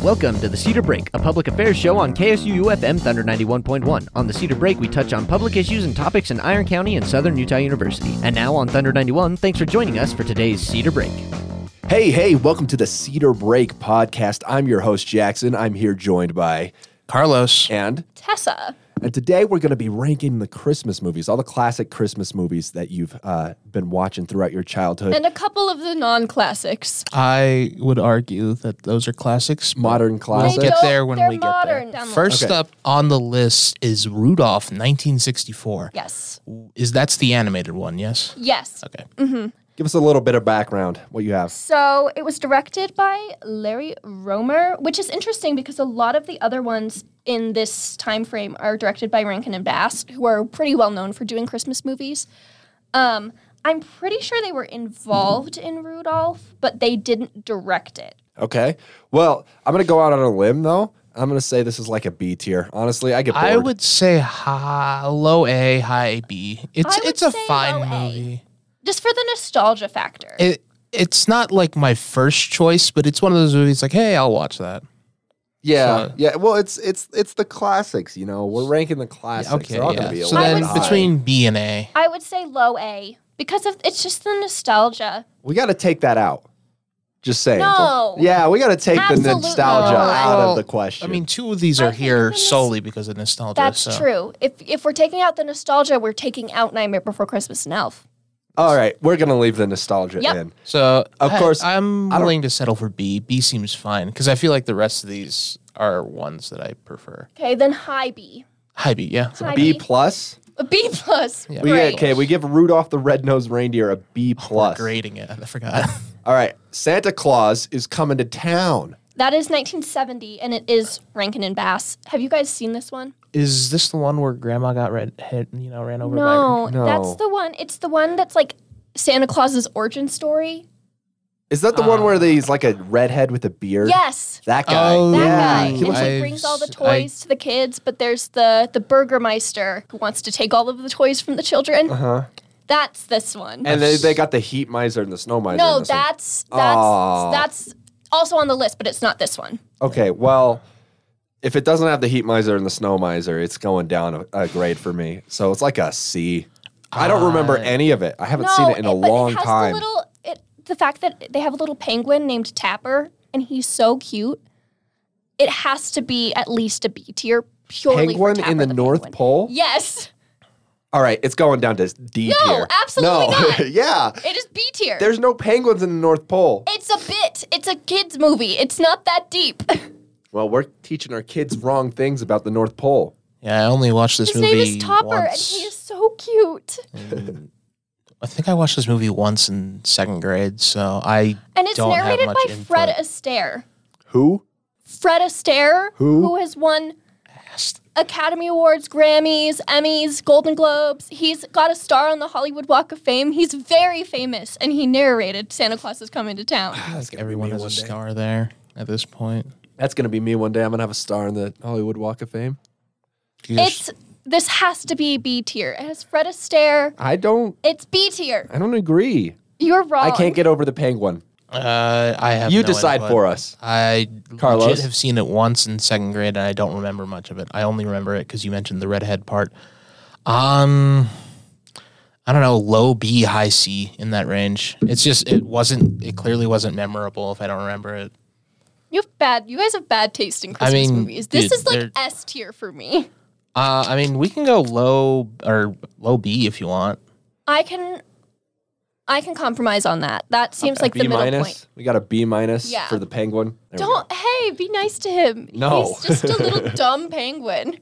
Welcome to the Cedar Break, a public affairs show on KSUU FM Thunder 91.1. On the Cedar Break, we touch on public issues and topics in Iron County and Southern Utah University. And now on Thunder 91, thanks for joining us for today's Cedar Break. Hey, hey, welcome to the Cedar Break podcast. I'm your host, Jackson. I'm here joined by Carlos. and Tessa. and today we're going to be ranking the Christmas movies, all the classic Christmas movies that you've uh, been watching throughout your childhood. And a couple of the non classics. I would argue that those are classics. but Modern classics? We'll get there when They're we get modern. there. Download. First Okay. up on the list is Rudolph 1964. Yes. Is that's the animated one, yes? Yes. Okay. Give us a little bit of background. What you have? So it was directed by Larry Romer, which is interesting because a lot of the other ones in this time frame are directed by Rankin and Bass, who are pretty well known for doing Christmas movies. Um, I'm pretty sure they were involved in Rudolph, but they didn't direct it. Okay. Well, I'm going to go out on a limb though. I'm going to say this is like a B tier. Honestly, I get bored. I would say hi, low A, high B. It's I would it's a say fine low A. movie. Just for the nostalgia factor. It it's not like my first choice, but it's one of those movies like, hey, I'll watch that. Yeah. So- yeah. Well, it's it's it's the classics, you know. We're ranking the classics. Okay, They're all yeah. going to be a so little then bit high. between B and A, I would say low A because of it's just the nostalgia. We got to take that out. Just saying. No. Yeah, we got to take the Absolutely nostalgia not. out of Well, the question. I mean, two of these I are think here this- solely because of nostalgia. That's uh, so. true. If if we're taking out the nostalgia, we're taking out Nightmare Before Christmas and Elf. all right, we're gonna leave the nostalgia Yep. in. So Of I- course, I'm I don't- willing to settle for B. B seems fine because I feel like the rest of these are ones that I prefer. Okay, then high B. High B, yeah. High B plus. A B plus. We Great. okay. We give Rudolph the Red-Nosed Reindeer a B plus. Grading it, I forgot. All right, Santa Claus is coming to town. That is 1970, and it is Rankin and Bass. Have you guys seen this one? Is this the one where Grandma got red, hit, you know, ran over No, by? No. that's the one. It's the one that's like Santa Claus's origin story. Is that the one where he's like a redhead with a beard? Yes. That guy. Oh, That yeah. guy, He and looks he like, I've brings all the s- I- toys to the kids, but there's the the Burgermeister who wants to take all of the toys from the children. huh? That's this one. Uh-huh. And they, they got the heat miser and the snow miser. No, in this one. that's that's Aw. that's also on the list, but it's not this one. Okay, well, if it doesn't have the heat miser and the snow miser, it's going down a, a grade for me. So it's like a C. I don't remember I- any of it. I haven't no, seen it in a but long it has time. The, little, it, the fact that they have a little penguin named Tapper, and he's so cute. It has to be at least a B tier purely for Penguin in Tapper the, North penguin. Pole. Yes, All right, it's going down to D No, tier. absolutely no. not. yeah, it is B tier. there's no penguins in the North Pole. It's a bit. It's a kids movie. It's not that deep. Well, we're teaching our kids wrong things about the North Pole. Yeah, I only watched this His movie name is Topper, once. and he is so cute. I think I watched this movie once in second grade, so I And it's don't have narrated much by input. Fred Astaire. Who? Fred Astaire, Who? who has won Academy Awards, Grammys, Emmys, Golden Globes. He's got a star on the Hollywood Walk of Fame. He's very famous, and he narrated Santa Claus is Coming to Town. I think everyone has a star there at this point. That's gonna be me one day. I'm gonna have a star in the Hollywood Walk of Fame. It's this has to be B tier. It has Fred Astaire. I don't. It's B tier. I don't agree. You're wrong. I can't get over the penguin. Uh, I have. You no decide input. for us. I Carlos? legit have seen it once in second grade, and I don't remember much of it. I only remember it because you mentioned the redhead part. Um, I don't know, low B, high C in that range. It's just it wasn't. It clearly wasn't memorable if I don't remember it. You have bad. You guys have bad taste in Christmas mean, movies. This dude, is like they're- S tier for me. Uh, I mean, we can go low or low B if you want. I can, I can compromise on that. That seems like B the middle minus. point. We got a B minus Yeah. for the penguin. There we go. Don't. Hey, be nice to him. No. he's just a little dumb penguin.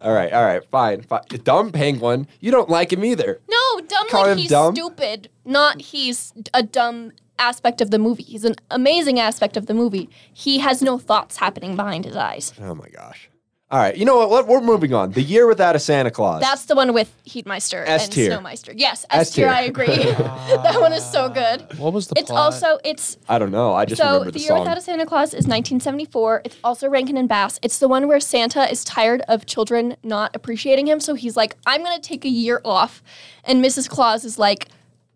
All right, all right, fine, fine. Dumb penguin. You don't like him either. No, dumb Call him like he's dumb? stupid. Not he's a dumb aspect of the movie. He's an amazing aspect of the movie. He has no thoughts happening behind his eyes. Oh my gosh. All right, you know what? Let- We're moving on. The year without a Santa Claus. That's the one with Heatmeister S and tier. Snowmeister. Yes, S S tier. tier. I agree. that one is so good. What was the? It's plot? also it's I don't know. I just so remember the, the, year song. without a Santa Claus is 1974. It's also Rankin and Bass. It's the one where Santa is tired of children not appreciating him, so he's like, "I'm gonna take a year off," and Mrs. Claus is like,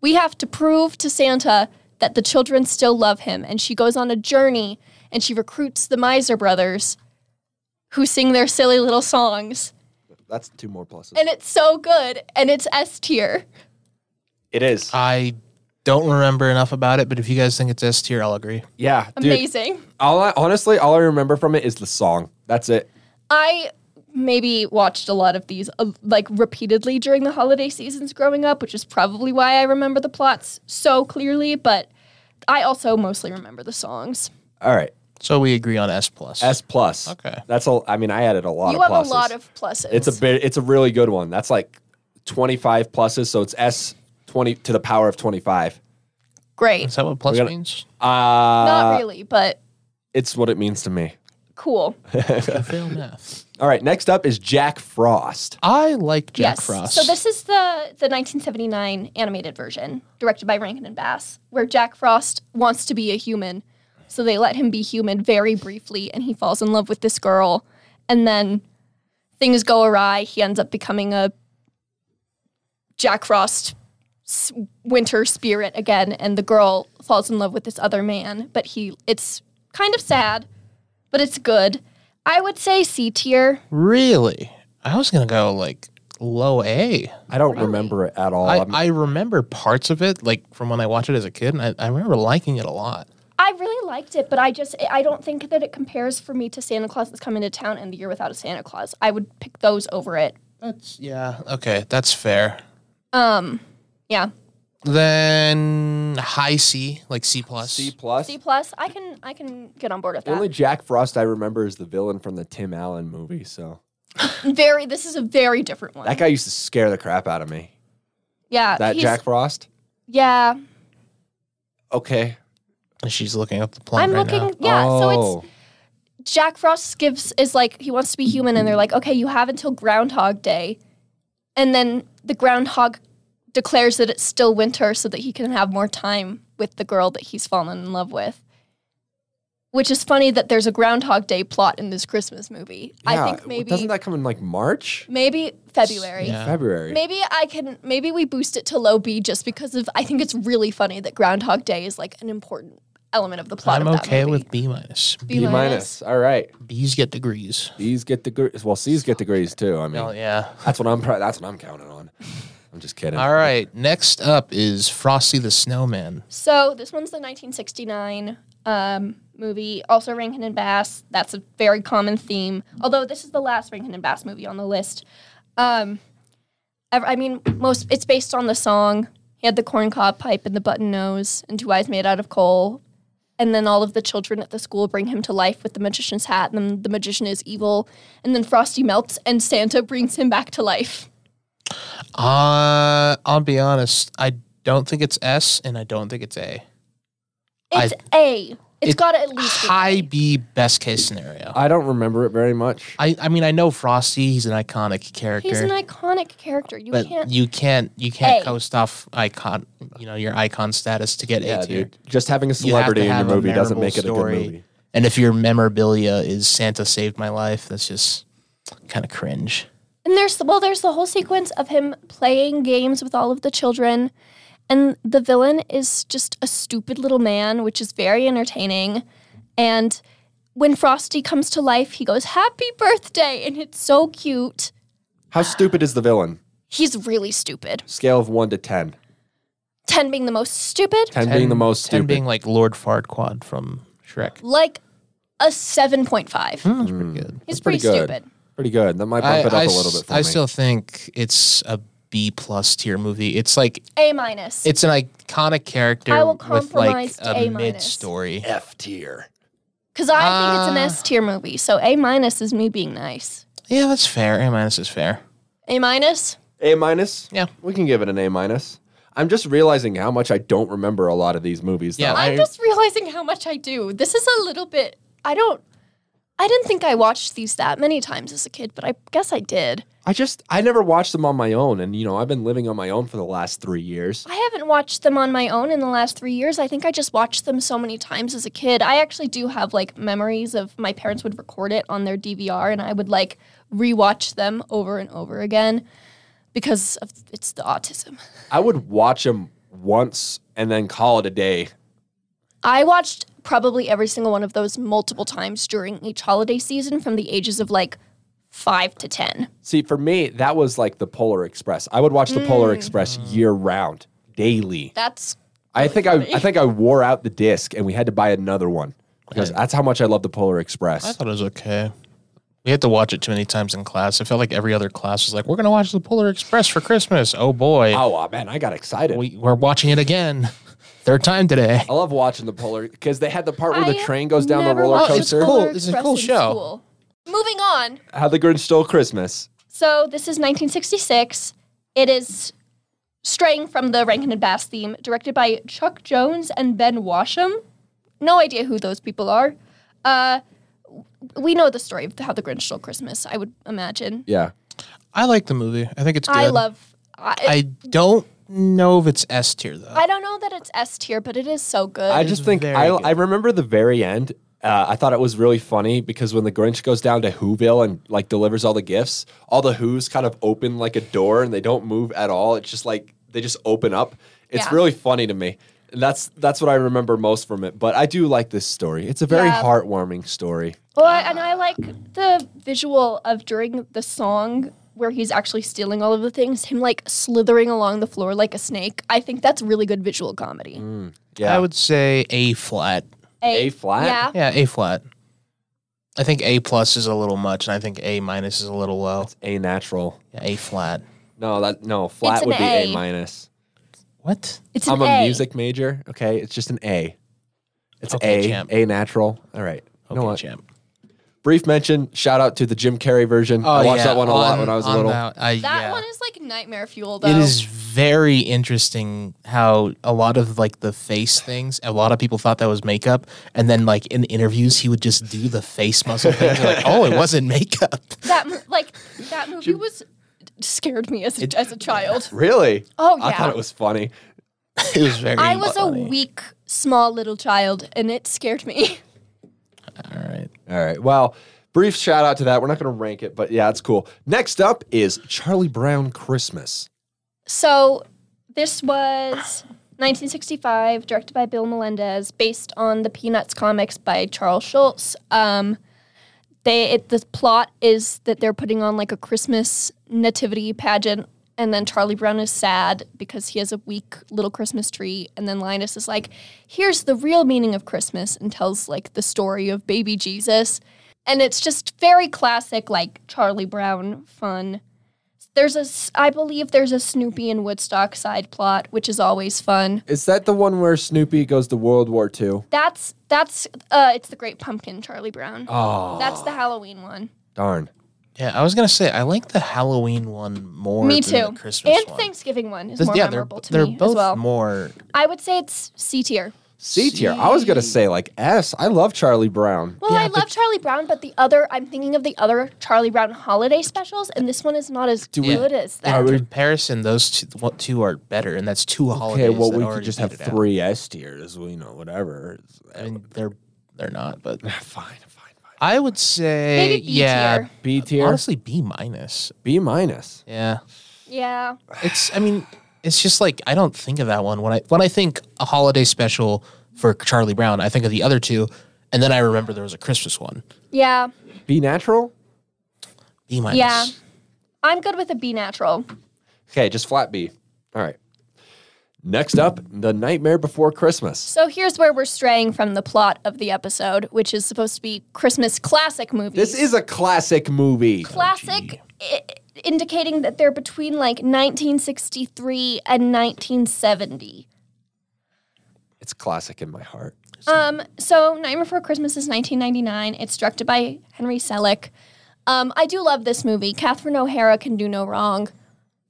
"We have to prove to Santa that the children still love him," and she goes on a journey. and she recruits the Miser brothers who sing their silly little songs. That's two more pluses. And it's so good and it's S tier. it is. I don't remember enough about it, but if you guys think it's S tier, I'll agree. yeah, dude. Amazing. All I, honestly, all I remember from it is the song. That's it. I maybe watched a lot of these uh, like repeatedly during the holiday seasons growing up, which is probably why I remember the plots so clearly, but I also mostly remember the songs. All right, So we agree on S plus. S plus. Okay. that's a. I mean, I added a lot. you of have pluses. a lot of pluses. It's a bit. It's a really good one. That's like twenty five pluses. So it's S twenty to the power of twenty five. great. Is that what plus gotta- means? Uh, Not really, but It's what it means to me. cool. I fail math. All right, next up is Jack Frost. I like Jack yes. Frost. So this is the the 1979 animated version directed by Rankin and Bass, where Jack Frost wants to be a human. So they let him be human very briefly and he falls in love with this girl and then things go awry. He ends up becoming a Jack Frost s- winter spirit again and the girl falls in love with this other man, but he it's kind of sad, but it's good. I would say C tier. really, I was gonna go like low A. I don't remember it at all. I I'm- I remember parts of it, like from when I watched it as a kid, and I, I remember liking it a lot. I really liked it, but I just I don't think that it compares for me to Santa Claus that's coming to town and the year without a Santa Claus. I would pick those over it. That's yeah. Okay, that's fair. Yeah. Then high C, like C plus. C plus. C plus, I can I can get on board with The that. only Jack Frost I remember is the villain from the Tim Allen movie. So very this is a very different one. that guy used to scare the crap out of me. yeah. That Uh, he's- Jack Frost. Yeah. Okay. And she's looking up the plot I'm right looking now. yeah, so Oh. it's Jack Frost gives is like he wants to be human and they're like, "Okay, you have until Groundhog Day." And then the groundhog declares that it's still winter so that he can have more time with the girl that he's fallen in love with. Which is funny that there's a Groundhog Day plot in this Christmas movie. I Yeah, think maybe doesn't that come in like March, maybe February. Yeah. February? Maybe I can maybe we boost it to low B just because of I think it's really funny that Groundhog Day is like an important element of the plot I'm of that okay movie. with B minus. B B minus. All right. B's get degrees. B's get the gr- well. C's get degrees too. I mean, Oh yeah. that's what I'm. Pro- that's what I'm counting on. I'm just kidding. All right. Next up is Frosty the Snowman. So this one's the 1969 um, movie, also Rankin and Bass. That's a very common theme, although this is the last Rankin and Bass movie on the list. Um, ev- I mean, most it's based on the song. He had the corncob pipe and the button nose and two eyes made out of coal. And then all of the children at the school bring him to life with the magician's hat, and then the magician is evil. And then Frosty melts, and Santa brings him back to life. Uh, I'll be honest. I don't think it's S, and I don't think it's A. It's a. it's It- got to at least be an High A. B, best case scenario. I don't remember it very much. I, I mean, I know Frosty. He's an iconic character. He's an iconic character. You but can't you can't you can't A. coast off icon you know your icon status to get yeah, A tier. dude. Just having a You have celebrity to in your have a movie doesn't memorable make it story. a good movie. And if your memorabilia is Santa saved my life, that's just kind of cringe. And there's well, there's the whole sequence of him playing games with all of the children, and the villain is just a stupid little man, which is very entertaining. And when Frosty comes to life, he goes "Happy birthday," and it's so cute. How stupid is the villain? He's really stupid. Scale of one to ten. Ten being the most stupid, Ten, being the most Ten stupid. being like Lord Farquaad from Shrek. like a seven point five. Hmm, That's pretty good. He's pretty pretty, good. stupid. Pretty good. Hmm. That might bump I, it up I a s- little bit for I me. still think it's a B plus tier movie. It's like A minus. it's an iconic character I will with like compromise to a A minus. mid story. F tier. Because I think it's an Uh, S tier movie, so A minus is me being nice. Yeah, that's fair. A minus is fair. A minus. A minus. Yeah. we can give it an A minus. I'm just realizing how much I don't remember a lot of these movies. Yeah, though. I- I'm just realizing how much I do. This is a little bit. I don't. I didn't think I watched these that many times as a kid, but I guess I did. I just I never watched them on my own, and you know I've been living on my own for the last three years. I haven't watched them on my own in the last three years. I think I just watched them so many times as a kid. I actually do have like memories of my parents would record it on their DVR, and I would like rewatch them over and over again because of it's the autism. I would watch them once and then call it a day. I watched probably every single one of those multiple times during each holiday season from the ages of like five to 10. See, for me, that was like the Polar Express. I would watch the Mm. Polar Express year round, daily. That's I think I, I think I wore out the disc, and we had to buy another one because Okay. that's how much I love the Polar I Express. thought it was okay. We had to watch it too many times in class. I felt like every other class was like, "We're gonna watch the Polar Express for Christmas." Oh boy, Oh uh, man, I got excited. we, we're watching it again, third time today. I love watching the Polar because they had the part where the I train goes down the never roller watched the coaster. Polar- Polar Cool. It's a Express cool in show. school. Moving on. How the Grinch Stole Christmas. So this is 1966. It is straying from the Rankin and Bass theme, directed by Chuck Jones and Ben Washam. No idea who those people are. Uh, we know the story of how the Grinch stole Christmas. I would imagine. Yeah, I like the movie. I think it's good. I love. I, I don't know if it's S tier though. I don't know that it's S tier, but it is so good. I just think very I, good. I remember the very end. Uh, I thought it was really funny because when the Grinch goes down to Whoville and like delivers all the gifts, all the Who's kind of open like a door and they don't move at all. It's just like they just open up. It's Yeah. really funny to me. And that's that's what I remember most from it. But I do like this story. It's a very Yeah. heartwarming story. Well, I- and I like the visual of during the song where he's actually stealing all of the things, him like slithering along the floor like a snake. I think that's really good visual comedy. Yeah, I would say A flat. Mm. A flat? Yeah. Yeah, A flat. I think A plus is a little much, and I think A minus is a little low. a natural. Yeah, A flat. No, that no flat an would be a A. minus. What? It's an I'm a A. music major. Okay, it's just an A. It's Okay, A champ. A natural. All right. You know Okay, what? champ. Brief mention. Shout out to the Jim Carrey version. I watched that one a lot Oh, on- when I was on little. That, I- That yeah. one is like nightmare fuel though. It is very interesting how a lot of like the face things, a lot of people thought that was makeup, and then like in interviews he would just do the face muscle things. They're like, oh, it wasn't makeup. that mo- like that movie was scared me as a, as a child. Really? Oh, I yeah. thought it was funny. It was very. I was funny. a weak, small little child, and it scared me. All right. All right. Well, brief shout out to that. We're not going to rank it, but yeah, it's cool. Next up is Charlie Brown Christmas. So this was 1965, directed by Bill Melendez, based on the Peanuts comics by Charles Schulz. Um, they it, the plot is that they're putting on like a Christmas nativity pageant, and then Charlie Brown is sad because he has a weak little Christmas tree, and then Linus is like, "Here's the real meaning of Christmas," and tells like the story of baby Jesus, and it's just very classic like Charlie Brown fun there's a s- i believe there's a snoopy and woodstock side plot which is always fun Is that the one where Snoopy goes to World War II? that's that's uh it's the great pumpkin charlie brown Oh, that's the halloween one darn. Yeah, I was gonna say I like the Halloween one more. me than too The Christmas and one. thanksgiving one is This- more yeah, they're, memorable to they're me both as well more. i would say it's c tier C tier. I was going to say like S. I love Charlie Brown. well Yeah, i love but- charlie brown but the other i'm thinking of the other charlie brown holiday specials and this one is not as we- good as that In comparison, those two, what two are better, and that's two holidays. Okay, well, that we could already just beat have it out. three S tiers. Well, you know, whatever. I mean, they're they're not, but Fine, fine, fine. I would say Maybe B yeah, tier. B tier, honestly B minus. B minus. Yeah, yeah it's. I mean, it's just like I don't think of that one when I when I think a holiday special for Charlie Brown. I think of the other two, and then I remember there was a Christmas one. yeah B natural. B minus. Yeah. i'm good with a b natural Okay, just flat B. All right. Next up, The Nightmare Before Christmas. So here's where we're straying from the plot of the episode, which is supposed to be Christmas classic movies. This is a classic movie. classic, I- indicating that they're between like 1963 and 1970. It's classic in my heart. Um, so Nightmare Before Christmas is 1999. It's directed by Henry Selick. Um, I do love this movie. Catherine O'Hara can do no wrong.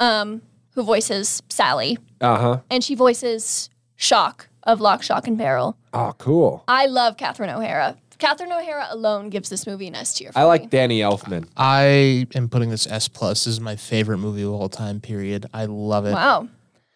Um, who voices Sally, Uh huh. and she voices Shock of Lock, Shock and Barrel. Oh, cool. I love Catherine O'Hara. Catherine O'Hara alone gives this movie an S tier. for I me. like Danny Elfman. I am putting this S plus. This is my favorite movie of all time. Period. I love it. Wow.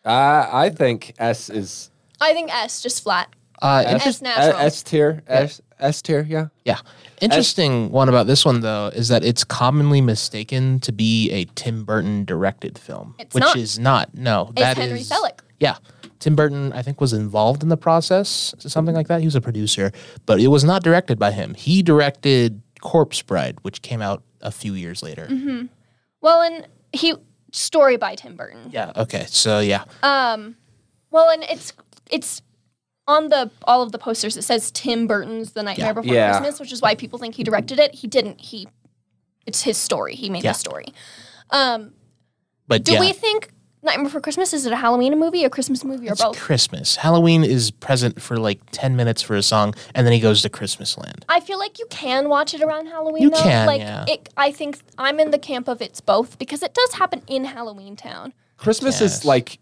Uh, I think S is I think S just flat. Uh, inter- S natural. S tier. S S tier. Yeah. yeah. Interesting one about this one though is that it's commonly mistaken to be a Tim Burton directed film, It's which not. is not. No, that Henry is- Selick. Yeah, Tim Burton, I think, was involved in the process, something like that. He was a producer, but it was not directed by him. He directed Corpse Bride, which came out a few years later. Mm-hmm. Well, and he story by Tim Burton. Um, Yeah. Okay. So yeah, Well, and it's it's on the all of the posters it says Tim Burton's The Nightmare Before Yeah. Christmas, which is why people think he directed it. He didn't. He it's his story. He made Yeah. the story. but Do yeah, we think Nightmare Before Christmas is it a Halloween movie, a Christmas movie, or it's both? Christmas. Halloween is present for like ten minutes for a song, and then he goes to Christmas Land. I feel like you can watch it around Halloween. You though. can, like yeah. it. I think I'm in the camp of it's both because it does happen in Halloween Town. Christmas Yes. is like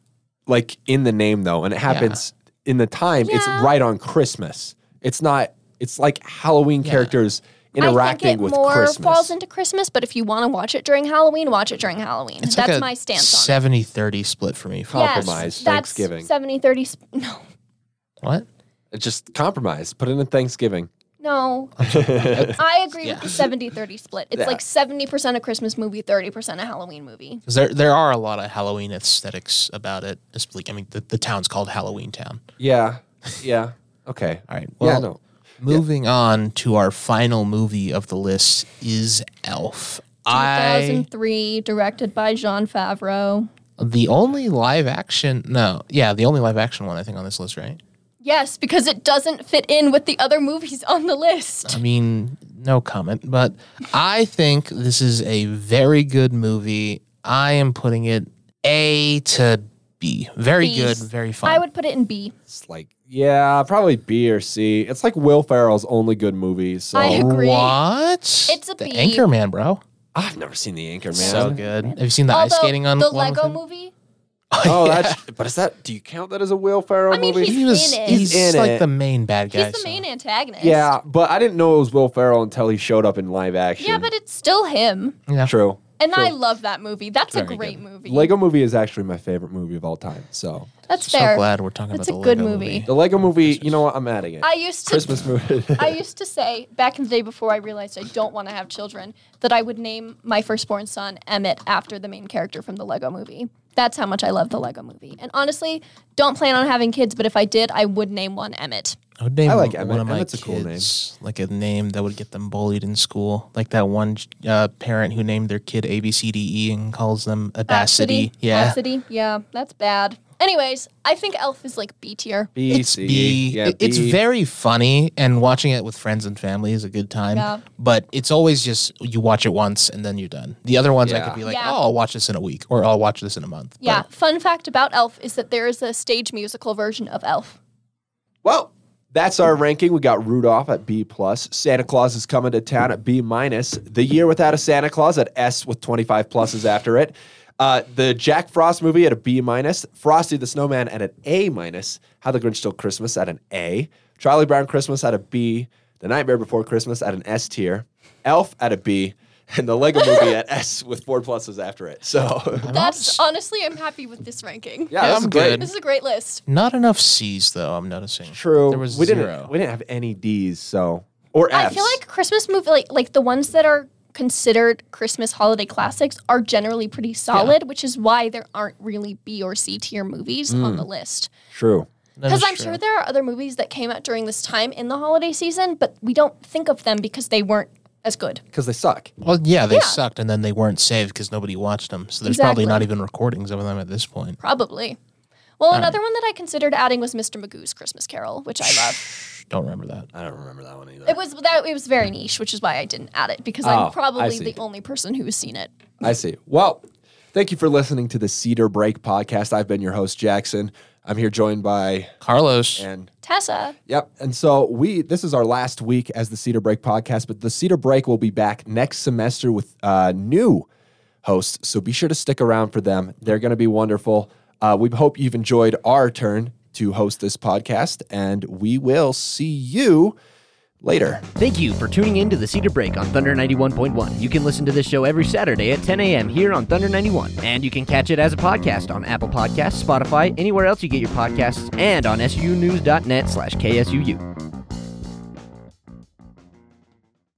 like in the name though, and it happens in the time. It's Yeah. right on Christmas. It's not. It's like Halloween characters interacting I think it with more Christmas. falls into Christmas, but if you want to watch it during Halloween, watch it during Halloween. It's That's like a my stance on it. 70-30 split for me. Yes. compromise, that's Thanksgiving. 70 30. sp- No, What? It's just compromise. Put it in Thanksgiving. no. I agree Yeah. with the 70 30 split. It's Yeah. like 70% a Christmas movie, 30% a Halloween movie. Because there there are a lot of Halloween aesthetics about it. It's like- I mean, the, the town's called Halloween Town. Yeah. Yeah. Okay. All right. Yeah, Well, no. moving on to our final movie of the list is Elf. I 2003, directed by Jean Favreau. the only live action no yeah the only live action one I think on this list right. Yes, because it doesn't fit in with the other movies on the list. I mean, no comment, but I think this is a very good movie. I am putting it A to B. Very B. good, very fun. I would put it in B. It's like yeah, probably B or C. It's like Will Ferrell's only good movie. So I I, agree. What? It's a the B. Anchorman, bro. have never seen The Anchorman. Oh, So good. Have you seen the ice Although skating on the one with Lego him? movie, Oh, that's. But is that? Do you count that as a Will Ferrell I mean, movie? he's He was. in it. He's, He's in like it. the main bad guy. he's the so- main antagonist. yeah, but I didn't know it was Will Ferrell until he showed up in live action. Yeah, but it's still him. Yeah. true. And True. I love that movie. That's a Very great good. movie. Lego Movie is actually my favorite movie of all time. So That's So fair. glad we're talking That's about a the good Lego movie. the Oh, Lego Movie, you know what? I'm adding it. I used to Christmas movie. I used to say back in the day before I realized I don't want to have children that I would name my firstborn son Emmett after the main character from the Lego movie. That's how much I love the Lego movie. And honestly, don't plan on having kids, but if I did, I would name one Emmett. I would name I like one Emmett. of my Emmett's a cool name. kids like a name that would get them bullied in school, like that one uh, parent who named their kid A B C D E and calls them Audacity. Yeah, Audacity. Yeah, that's bad. Anyways, I think Elf is like B tier. B, it's C, B. yeah, it- it's B. very funny, and watching it with friends and family is a good time. Yeah. But it's always just you watch it once and then you're done. The other ones I Yeah. could be like, Yeah. oh, I'll watch this in a week, or I'll watch this in a month. Yeah. But Fun fact about Elf is that there is a stage musical version of Elf. Well, that's our ranking. We got Rudolph at B plus. Santa Claus is coming to town at B minus. The Year Without a Santa Claus at S with 25 pluses after it. Uh, the Jack Frost movie at a B minus. Frosty the Snowman at an A minus. How the Grinch Stole Christmas at an A. Charlie Brown Christmas at a B. The Nightmare Before Christmas at an S tier. Elf at a B. And the Lego movie at S with four pluses after it. So, That's honestly, I'm happy with this ranking. yeah, that's I'm great. good. This is a great list. not enough C's though. I'm noticing. True. There was we did 0 didn't we didn't have any D's, so or F's. I feel like Christmas movie, like like the ones that are considered Christmas holiday classics, are generally pretty solid, which is why there aren't really B or C tier movies on the list. true. Mm. That Because is I'm true. sure there are other movies that came out during this time in the holiday season, but we don't think of them because they weren't as good. Because they suck. Well, yeah, they Yeah. sucked, and then they weren't saved because nobody watched them. So there's probably Exactly. not even recordings of them at this point. Probably. Well, another one that I considered adding was Mr. Magoo's Christmas Carol, which I love. Don't remember that. I don't remember that one either. It was that it was very niche, which is why I didn't add it because Oh, I I'm probably see. the only person who's seen it. I see. Well, thank you for listening to the Cedar Break podcast. I've been your host, Jackson. I'm here joined by Carlos, and Tessa, Yep. And so we this is our last week as the Cedar Break podcast, but the Cedar Break will be back next semester with uh, new hosts. So be sure to stick around for them. They're going to be wonderful. Uh, we hope you've enjoyed our turn to host this podcast, and we will see you later. Thank you for tuning in to the Cedar Break on Thunder 91.1. You can listen to this show every Saturday at 10 a.m. here on Thunder 91. And you can catch it as a podcast on Apple Podcasts, Spotify, anywhere else you get your podcasts, and on sunews.net slash KSUU.